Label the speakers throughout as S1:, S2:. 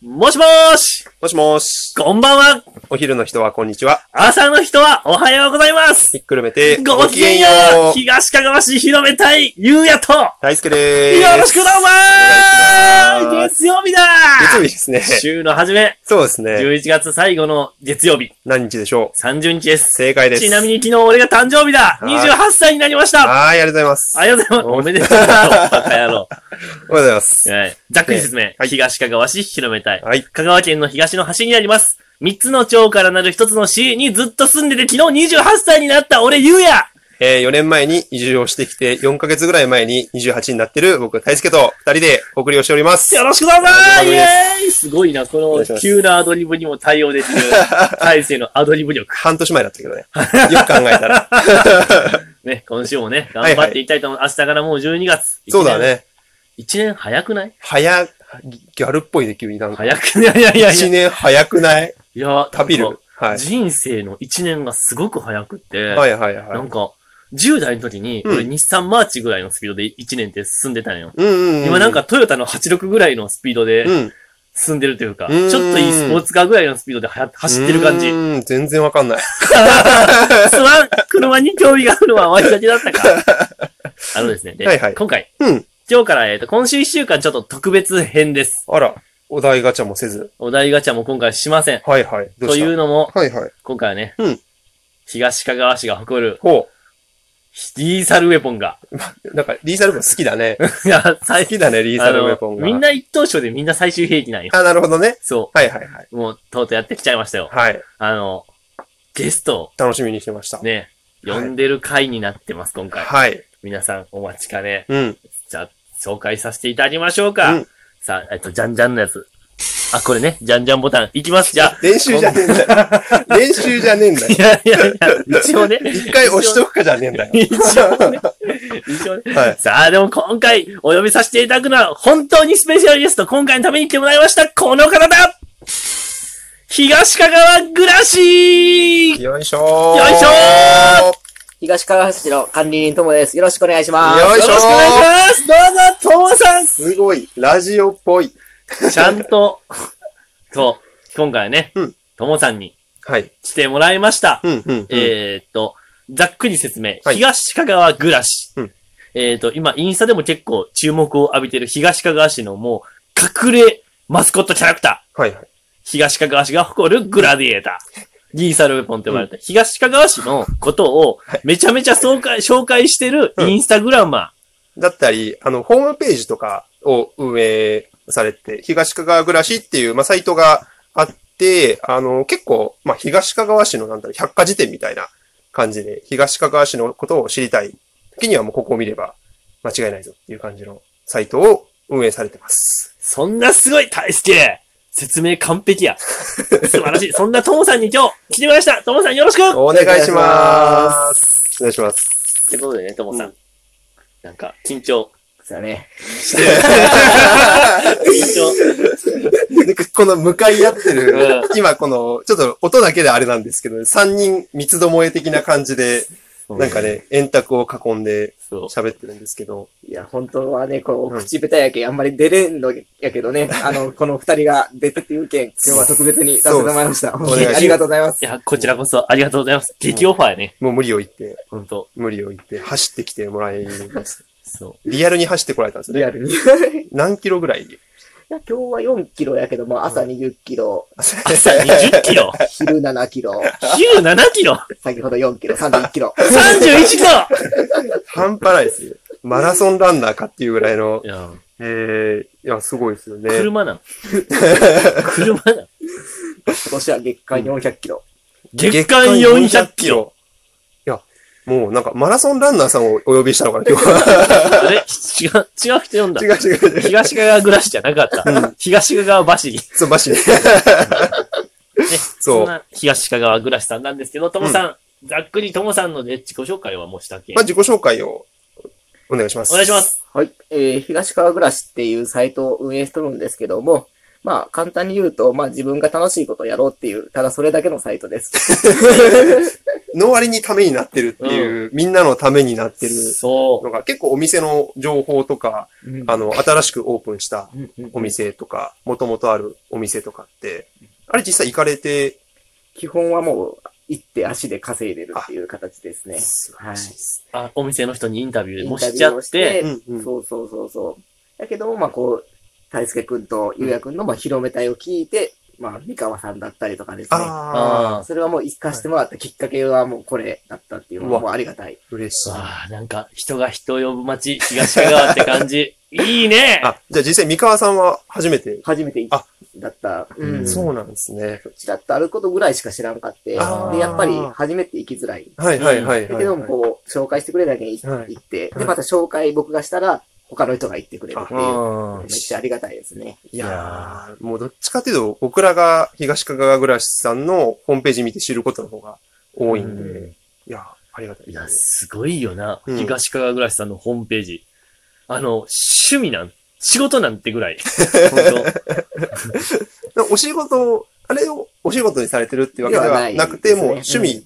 S1: もしもーし
S2: もしもし。
S1: こんばんは
S2: お昼の人はこんにちは。
S1: 朝の人はおはようございます
S2: ひっくるめて。
S1: ごきげんよう
S2: う。
S1: 東かがわ市広めたいゆうやとよ
S2: 大輔でーす。
S1: ろしくどうも
S2: お願
S1: ー
S2: いします
S1: 月曜日だ
S2: 月曜日です ね。
S1: 週の初め、
S2: そうですね。
S1: 11月最後の月曜日、
S2: 何日でしょ
S1: 30日です。
S2: う正解です。
S1: ちなみに昨日俺が誕生日だ
S2: はい
S1: !28 歳になりました
S2: はーい、ありがとうございます。
S1: ありがとうございます。おめでと うだろ、バカ野郎。
S2: おはようございます。
S1: はいざっくり説明
S2: は。い
S1: 東かがわ市広めたい。
S2: はい。
S1: 香川県の東の端にあります。三つの町からなる一つの市にずっと住んでて昨日28歳になった俺ゆうや
S2: えー、4年前に移住をしてきて、4ヶ月ぐらい前に28になってる僕、大輔と2人でお送りをしております。
S1: よろしくどうぞ
S2: あ
S1: イ
S2: りがとうござい
S1: ェーイすごいな、こ
S2: お願いし
S1: の
S2: ます
S1: 急なアドリブにも対応で きる大勢のアドリブ力。
S2: 半年前だったけ どね。よく考えたら。
S1: ね、今週もね、
S2: は
S1: 頑
S2: い
S1: 張っていきたいと思う。明日からもう12月。
S2: そうだ。ね。
S1: 一年早くない
S2: 早、ギャルっぽいで急になんか。
S1: 早 くないいやいやいや
S2: 1。年早くない
S1: いや、
S2: 旅
S1: なん
S2: る
S1: か。
S2: はい。
S1: 人生の一年がすごく早くって。
S2: はいはいは
S1: ないん。か、10代の時に、
S2: うん
S1: 俺日産マーチぐらいのスピードで1年って進んでたのよ。
S2: うんうんうん。
S1: 今なんか、トヨタの86ぐらいのスピード
S2: う
S1: で
S2: ん。
S1: 進んでるというか、
S2: うん
S1: ちょっといいスポーツカーぐらいのスピードではや走ってる感じ
S2: う。ーん、全然わ かんない。
S1: すまん車に興味があるのは私だけだったか。 あのですね、で
S2: はいはい
S1: 今回、
S2: うん
S1: 今日から、えっと今週1週間ちょっと特別編です。
S2: あら、お題ガチャもせず。
S1: お題ガチャも今回しません。
S2: はいはい。どう
S1: と
S2: した
S1: いうのも、
S2: はいはい。
S1: 今回はね、
S2: うん
S1: 東かがわ市が誇る
S2: ほ
S1: リーサルウェポンが、
S2: う。なんか、リーサルブン好きだね。
S1: いや、
S2: 好
S1: 最
S2: きだね、リーサルウェポン
S1: あの
S2: が。
S1: みんな一等賞でみんな最終兵器なんよ。
S2: あ、なるほどね。
S1: そ
S2: はいはいはい。
S1: う。もう、とうとうやってきちゃいましたよ。
S2: はい。
S1: あの、ゲスト
S2: 楽しみにしてました。
S1: をね、
S2: は
S1: 呼
S2: い
S1: んでる回になってます、今回。
S2: はい。
S1: 皆さんお待ちかね。
S2: うん。
S1: じゃあ、紹介させていただきましょうか。
S2: うん
S1: さあ、えっと、じゃんじゃんのやつ。あ、これね、じゃんじゃんボタン。いきます、じゃ あ。
S2: 練習じゃねえんだよ。練習じゃねえんだよ
S1: い。やいやいや、一応ね。
S2: 一回押しとくかじゃねえんだよ。
S1: 一応ね。一応ね。
S2: はい
S1: さあ、でも今回お呼びさせていただくのは、本当にスペシャルゲスト、今回のために来てもらいました、この方だ東かがわグラシー
S2: よいしょー。
S1: よいしょ
S3: 東川橋市の管理人ともです。よろしくお願いします。
S2: よい
S1: よろし
S2: し
S1: くお
S2: ょ
S1: 願いしますどうぞ、ともさん
S2: ー。すごい。ラジオっぽい。
S1: ちゃんと、そう、今回はね
S2: うん、
S1: ともさんに
S2: はい。
S1: 来てもらいました。
S2: うん、うん。
S1: えーっと、ざっくり説明。
S2: はい
S1: 東かがわ暮らし。
S2: うん
S1: えーっと、今、インスタでも結構注目を浴びてる東かがわ市のもう、隠れマスコットキャラクター。
S2: はいはい。
S1: 東かがわ市が誇るグラディエーター。リーサルウェポンって呼ばれて、東かがわ市のことをめちゃめちゃ紹介紹介してるインスタグラマ
S2: だったり、あの、ホームページとかを運営されて、東かがわ暮らしっていう、まあ、サイトがあって、あの、結構、まあ、東かがわ市の、なんだろう、百科事典みたいな感じで、東かがわ市のことを知りたい時にはもうここを見れば間違いないぞっていう感じのサイトを運営されてます
S1: ー。。そんなすごい大輔説明完璧 や。素晴らしい。そんなともさんに今日来てもらいました。ともさんよろしく
S2: お願いします。お願いします。
S1: ってことでね、ともさん。
S3: う
S1: なんか、緊張。
S3: そうだね。
S1: 緊張。
S2: で この向かい合ってる
S1: う、
S2: 今この、ちょっと音だけであれなんですけど、3人三つどもえ的な感じで、 なんかね、円卓を囲んで
S1: そう。
S2: 喋ってるんですけど、
S3: いや、本当はね、このお口下手やけ、あんまり出れんのやけどね、あの、この二人が出てっていう件、今日は特別に出せてもらいました。本当に
S2: お願いします
S3: ありがとうございま
S1: い
S3: す。
S1: や、こちらこそありがとうございます。激オファーやね。
S2: もう無理を言って、
S1: ほんと。
S2: 無理を言って、走ってきてもらいます。
S1: そ
S2: リアルに走ってこられたんですよね。
S3: リアルに。いや
S2: 何キロぐらい
S3: 今日は4キロやけども、朝20キロ、
S1: う。朝20キロ
S3: 昼7キロ、
S1: 昼7キロ
S3: 先ほど4キロ、31キロ。
S1: !31 キロ
S2: 半端ないですよ。マラソンランナーかっていうぐらいの
S1: い、や、
S2: えー、いや、すごいですよね。
S1: 車なん。車なん。
S3: 今年は月間400キロ。
S1: 月間400キロ。。
S2: いや、もうなんかマラソンランナーさんをお呼びしたのかな、今日は。
S1: あれ違う、違う人呼んだ
S2: 違。う違う違う。
S1: 東川暮らしじゃなかった。東川走り。ね。
S2: そう、 マジで。
S1: そんな東川暮らしさんなんですけど、ともさん、ざっくりともさんのね、自己紹介はもうしたっけ
S2: まあ、自己紹介をお願いします。
S1: お願いします。
S3: はい。えー、東川暮らしっていうサイトを運営してるんですけども、まあ、簡単に言うと、まあ自分が楽しいことをやろうっていう、ただそれだけのサイトです。
S2: の割にためになってるっていう、みんなのためになってる
S1: そ
S2: のが、結構お店の情報とか、あの、新しくオープンした
S1: う。
S2: お店とか、もともとあるお店とかって、あれ実際行かれて、
S3: 基本はもう、行って足で稼いでるっていう形ですね。はい。
S1: あ、お店の人にインタビュー
S3: イン
S1: も
S3: タ
S1: し
S3: ビ
S1: ちゃ
S3: ューを
S1: っ、
S3: してて、
S2: うんうん
S3: そうそうそうそう。だけど、まあこう、大輔くんとゆうやくんのまあ広めたいを聞いて、まあ三河さんだったりとかですね。
S2: ああ、
S3: それはもう生かしてもらったきっかけはもうこれだったっていうの
S2: うわ
S3: はもうありがたい。
S2: 嬉しい。
S1: ああ、なんか人が人を呼ぶ街、東かがわって感じ。いいね
S2: あ、じゃあ実際三河さんは初めて、
S3: 初めて
S2: あ
S3: だった。うん。
S1: そ
S2: そうなんですね。
S3: ちらっとあることぐらいしか知らんかって。で、
S1: あー
S3: やっぱり初めて行きづらい。
S2: はいはいはい。
S3: だけども、こう、紹介してくれるだけに
S2: はい
S3: 行って、
S2: は
S3: で、
S2: い
S3: また紹介僕がしたら、他の人が行ってくれるっていう。
S2: あ
S3: め
S2: あ
S3: っちゃありがたいですね。
S2: いやー、もうどっちかというと、僕らが東かがわ暮らしさんのホームページ見て知ることの方が多いんで、
S1: う
S2: いやー、ありがたい
S1: い
S2: で
S1: や、
S2: す
S1: すごいよな。
S2: うん
S1: 東かが暮らしさんのホームページ。あの、趣味なん、仕事なんてぐらい。本
S2: ね。だからお仕事を、あれをお仕事にされてるってわけで
S3: では
S2: は
S3: ない
S2: なくて、もう
S3: で
S2: 趣
S3: すね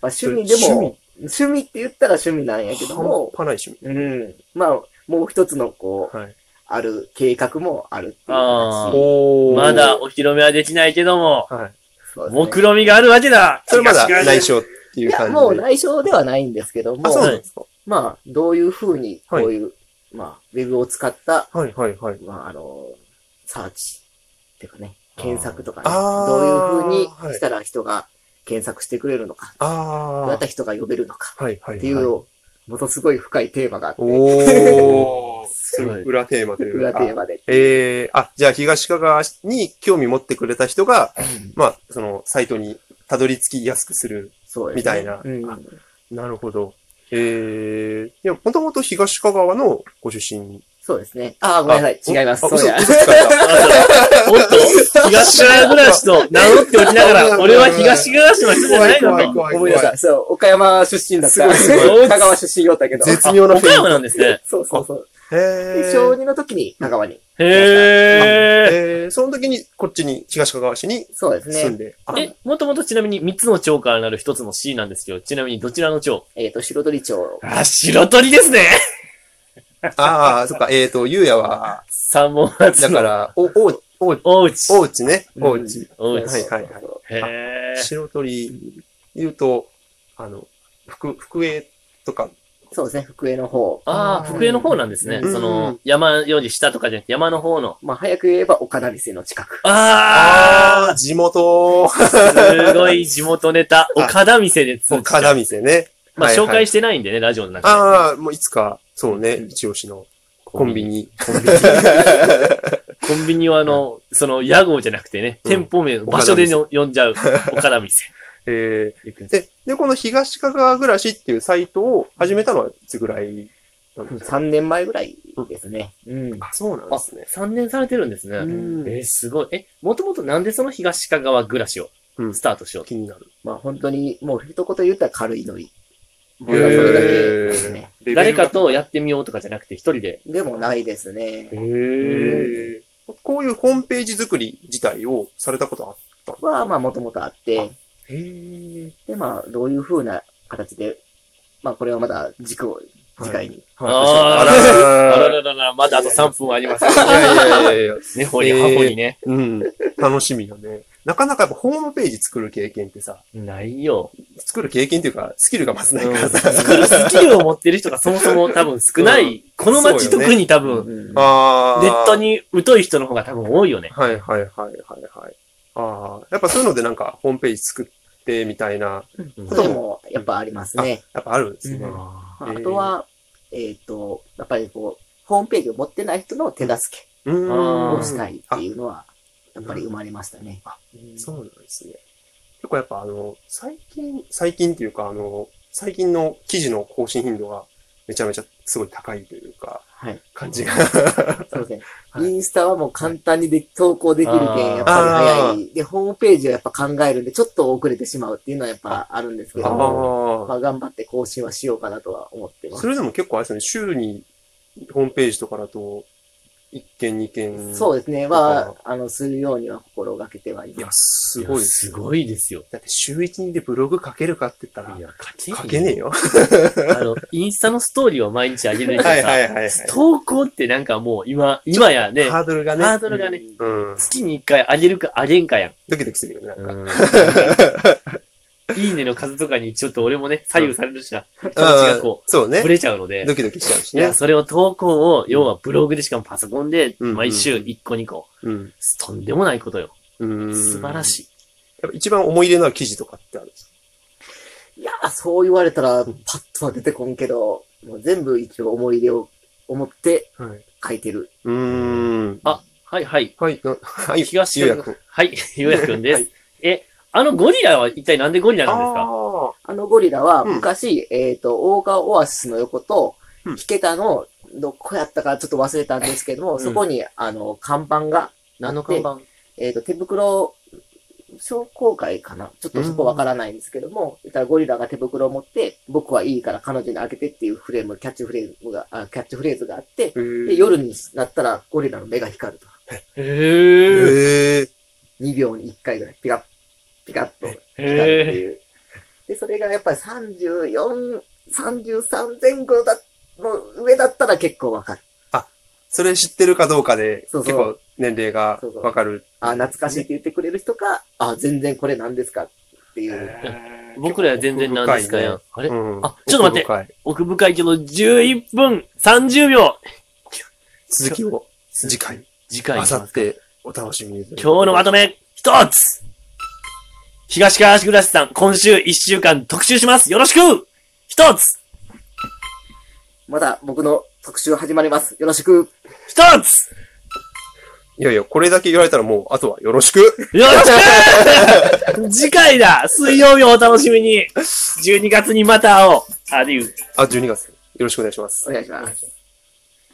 S2: 味、
S3: まあ、趣味で
S2: 趣
S3: も、趣味って言ったら趣味なんやけども、
S2: 半端ない趣
S3: うん。まあ、もう一つの、こう、
S2: 味。はい。
S3: ある計画もあるっていう
S1: あー
S3: 形。
S2: お
S1: 当、
S2: ー
S1: まだお披露目はできないけども、
S2: はい。
S3: そうですね
S1: 目論見があるわけだ
S2: それまだ
S1: 東かがわ
S2: 内緒ってい
S3: いう
S2: 感
S3: や、
S2: じで。
S3: もう内緒ではないんですけど
S2: あ、
S3: も
S2: そう、なんですか。
S3: まあ、どういうふうに、こういう、まあ、ウェブを使った、
S2: はいはいはい。
S3: まあ、あの、サーチっていうかね、検索とかね、
S2: あー
S3: どういうふうにしたら人が検索してくれるのか、
S2: あ
S3: どう
S2: ー。
S3: や
S2: は
S3: ったら人が呼べるのか
S2: いはいはい。
S3: っていうのを、ものすごい深いテーマがあって、
S2: おー。
S1: すごい
S2: 裏テーマというか。
S3: 裏テーマで。
S2: ええあ、じゃあ東かがわに興味持ってくれた人が、まあ、その、サイトにたどり着きやすくする。
S3: そうで
S2: み
S3: すね
S2: たいな
S3: うん
S2: あなるほど。ええいや、もともと東かがわのご出身。
S3: そうですね。ああ、ごめんなさい。
S2: あ
S3: 違います。
S2: あ
S3: そうや。
S2: 嘘嘘つかれた
S1: おっと、東かがわ暮らしと名乗っておきなが ら、俺は東かがわ市の人じゃないの
S2: 怖い
S1: か。
S2: 怖い
S3: ごめんな
S2: 怖
S3: さ
S2: い。
S3: い。そう、岡山出身だった。
S2: すごい
S1: すごい
S3: 香川出身よったけど。
S2: 絶
S1: あ
S2: 妙な雰囲気
S1: 岡山なんですね。
S3: そうそうそう。
S2: え
S3: で、
S2: え
S3: 小2の時に香川に。
S1: へえ。
S2: ええその時にこっちに東かがわ市に
S3: そうです
S2: 住ん
S3: ね。
S2: で。あ
S1: え、もともとちなみに3つの町からなる1つの C なんですけど、ちなみにどちらの町
S3: えっと、白鳥町。
S1: あ、白鳥ですね
S2: あー、そっか、ええと、ゆうや は、
S1: 三本松
S2: だ
S1: の
S2: から、お、お、お、
S1: 大内。
S2: おうちね。おうち。
S1: 大内。
S2: はいはいはい。
S1: へえ。
S2: 白鳥、言うと、あの、福、福江とか、
S3: そうですね、福江の方。
S1: ああ、
S2: うん
S1: 福江の方なんですね。
S2: うん
S1: その、山より下とかじゃなくて山の方の。
S3: まあ、早く言えば岡田店の近く。
S1: あ
S2: あー、地元、
S1: あすごい地元ネタ。
S2: あ
S1: 岡田店で通知
S2: 岡田店ね。
S1: まあ、
S2: はいは
S1: 紹
S2: い
S1: 介してないんでね、ラジオの中で。
S2: ああ、もういつか、そうね、一押しのコンビ。ニ。
S1: コンビニ。コンビニはあの、その、屋号じゃなくてね、
S2: うん
S1: 店舗名、
S2: 岡
S1: 場
S2: 田店
S1: 所での呼んじ ゃう。岡田店。
S2: えーで、で、この東かがわ暮らしっていうサイトを始めたのはいつぐらいなんですか
S3: 3年前ぐらいですね。うん。
S2: あ、そうなん
S1: あ、
S2: ですね。
S1: 3年されてるんです
S2: う
S1: ね。
S2: ん
S1: えー、すごい。え、もともとなんでその東かがわ暮らしを
S2: うん
S1: スタートしようと
S2: 気になる。
S3: まあ、本当に、もう一言言ったら軽いノリ。
S2: へ
S3: 僕はそれだけ
S2: ー
S3: ですね。
S1: 誰かとやってみようとかじゃなくて、一人で。
S3: でもないですね
S1: へ。
S2: えーこういうホームページ作り自体をされたことあった
S3: は、まあ、もともとあって。
S2: へー
S3: で、まあ、どういう風な形で、まあ、これはまだ軸を、次回に。
S1: あー
S2: あら
S1: あ
S2: ー
S1: らららら、まだあと3分あります。
S2: いやいやいやいや。
S1: ねほりはほりね。
S2: うん。楽しみだね。なかなかやっぱホームページ作る経験ってさ、
S1: ないよ。
S2: 作る経験っていうか、スキルがまずないからさ。
S1: 作るスキルを持ってる人がそもそも多分少ない。この街
S2: そうよね
S1: 特に多分、
S3: うん
S2: あー
S1: ネット。に疎い人の方が多分多いよね。
S2: はいはいはいはいはい。ああ、やっぱそういうのでなんかホームページ作ってみたいな、
S1: うん
S3: それも、やっぱありますね。
S2: やっぱあるんですね。
S3: うん
S1: あ
S3: ま
S2: え
S3: ああ
S2: ー
S3: とは、えっと、やっぱりこう、ホームページを持ってない人の手助け
S2: うーん。
S1: あ
S3: をしたいっていうのは、
S2: う
S3: や
S2: ん
S3: っぱり生まれましたね。
S2: そうなんですね。結構やっぱあの、最近、最近っていうかあの、最近の記事の更新頻度がめちゃめちゃすごい高いというか、
S3: はい。
S2: 感じが。
S3: そうです
S2: は
S3: ね。
S2: い
S3: インスタはもう簡単にで投稿できるけん、や
S2: あ
S3: っ
S2: ー
S3: ぱり早い。で、ホームページをやっぱ考えるんで、ちょっと遅れてしまうっていうのはやっぱあるんですけ
S2: あ
S3: ども、ま
S2: あ。
S3: あ、頑張って更新はしようかなとは思ってま
S2: そ
S3: す。
S2: れでも結構あれですよね、週にホームページとかだと、一件二件。。
S3: そううですね。は、あの、するようには心がけてはい
S2: いや
S3: ま、
S2: すごい
S1: や
S2: です。
S1: すごいですよ。
S2: だって週一にでブログ書けるかって言ったら
S1: い、や、書け
S2: 書けねえよ。
S1: あの、インスタのストーリーを毎日上げるけど さ、
S2: はいはいはいはい。
S1: 投稿ってなんかもう今、今やね、
S2: ハードルがね。
S1: ハードルが
S3: す。
S1: ね、
S2: うん。
S1: 月に一回上げるか上げんか やん。
S2: ドキドキするよね、なんか。
S1: いいねの数とかにちょっと俺もね、左右されるしな、気持ち
S2: あ
S1: が
S2: ー
S1: こ
S2: そう
S1: う、
S2: ね
S1: ぶ。れちゃうので、
S2: ドキドキしちゃうし
S1: い
S2: ね
S1: や、。それを投稿を、要はブログでしかもパソコンで、
S2: うん
S1: 毎週1個2個、
S2: うん。
S1: とんでもないことよ。
S2: うん
S1: 素晴らしい。
S2: やっぱ一番思い入れのある記事とかってあるんです
S3: いや、そう言われたら、パッとは出てこんけど、もう全部一応思い出を思って
S2: かはい。
S3: 書いてる。
S2: うーん。
S1: あ、はいはい。
S2: はい。なはい。
S1: 東
S2: ゆうやくん。
S1: はい、ゆうやくんで
S2: は
S1: す。え、あのゴリラは一体なんでゴリラなんですか
S2: あ
S3: あのゴリラは
S2: うん
S3: 昔、えっ、と、大川オアシスの横と、
S2: うん
S3: 引けたの、どこやったかちょっと忘れたんですけども、
S2: ん
S3: そこに、あの、看板が、
S1: 何の看板
S3: えっ、と、手袋、商工会かなちょっとそこわからないんですけども、言ったらゴリラが手袋を持って、僕はいいから彼女に開けてっていうフレーム、キャッチフレームが、あキャッチフレーズがあって、
S2: ー。
S3: で夜になったらゴリラの目が光ると。
S1: へ
S2: へ
S1: ー。
S2: ー。
S3: 2秒に1回ぐらい、ピカッ、ピカッと光るって
S1: へー。
S3: いう。で、それがやっぱり34、33前後だ、の上だったら結構わかる。
S2: それ知ってるかどうかで、
S3: そうそ
S2: 結
S3: う
S2: 構年齢が
S3: そうそう
S2: わかる。
S3: あ、懐かしいって言ってくれる人か、あ、全然これ何ですかっていう。
S1: 僕らは全然なんですかやん。あれ
S2: うん
S1: あちょっと待って
S2: 奥深い
S1: 奥深いけど、11分30秒
S2: 続きを次回、
S1: 次回
S2: あ
S1: にし
S2: さ
S1: ま
S2: っ
S1: すか
S2: てお楽しみに。
S1: 今日のまとめ、一つ東川橋暮さん、今週1週間特集しますよろしく一つ
S3: また僕の特集始まります。よろしく。
S1: 一つ
S2: いやいや、これだけ言われたらもう、あとはよろしく。
S1: よろしく次回だ水曜日をお楽しみに !12 月にまた会おうあ、でいう。
S2: あ、12月。よろしくお願いします。
S3: お願いします。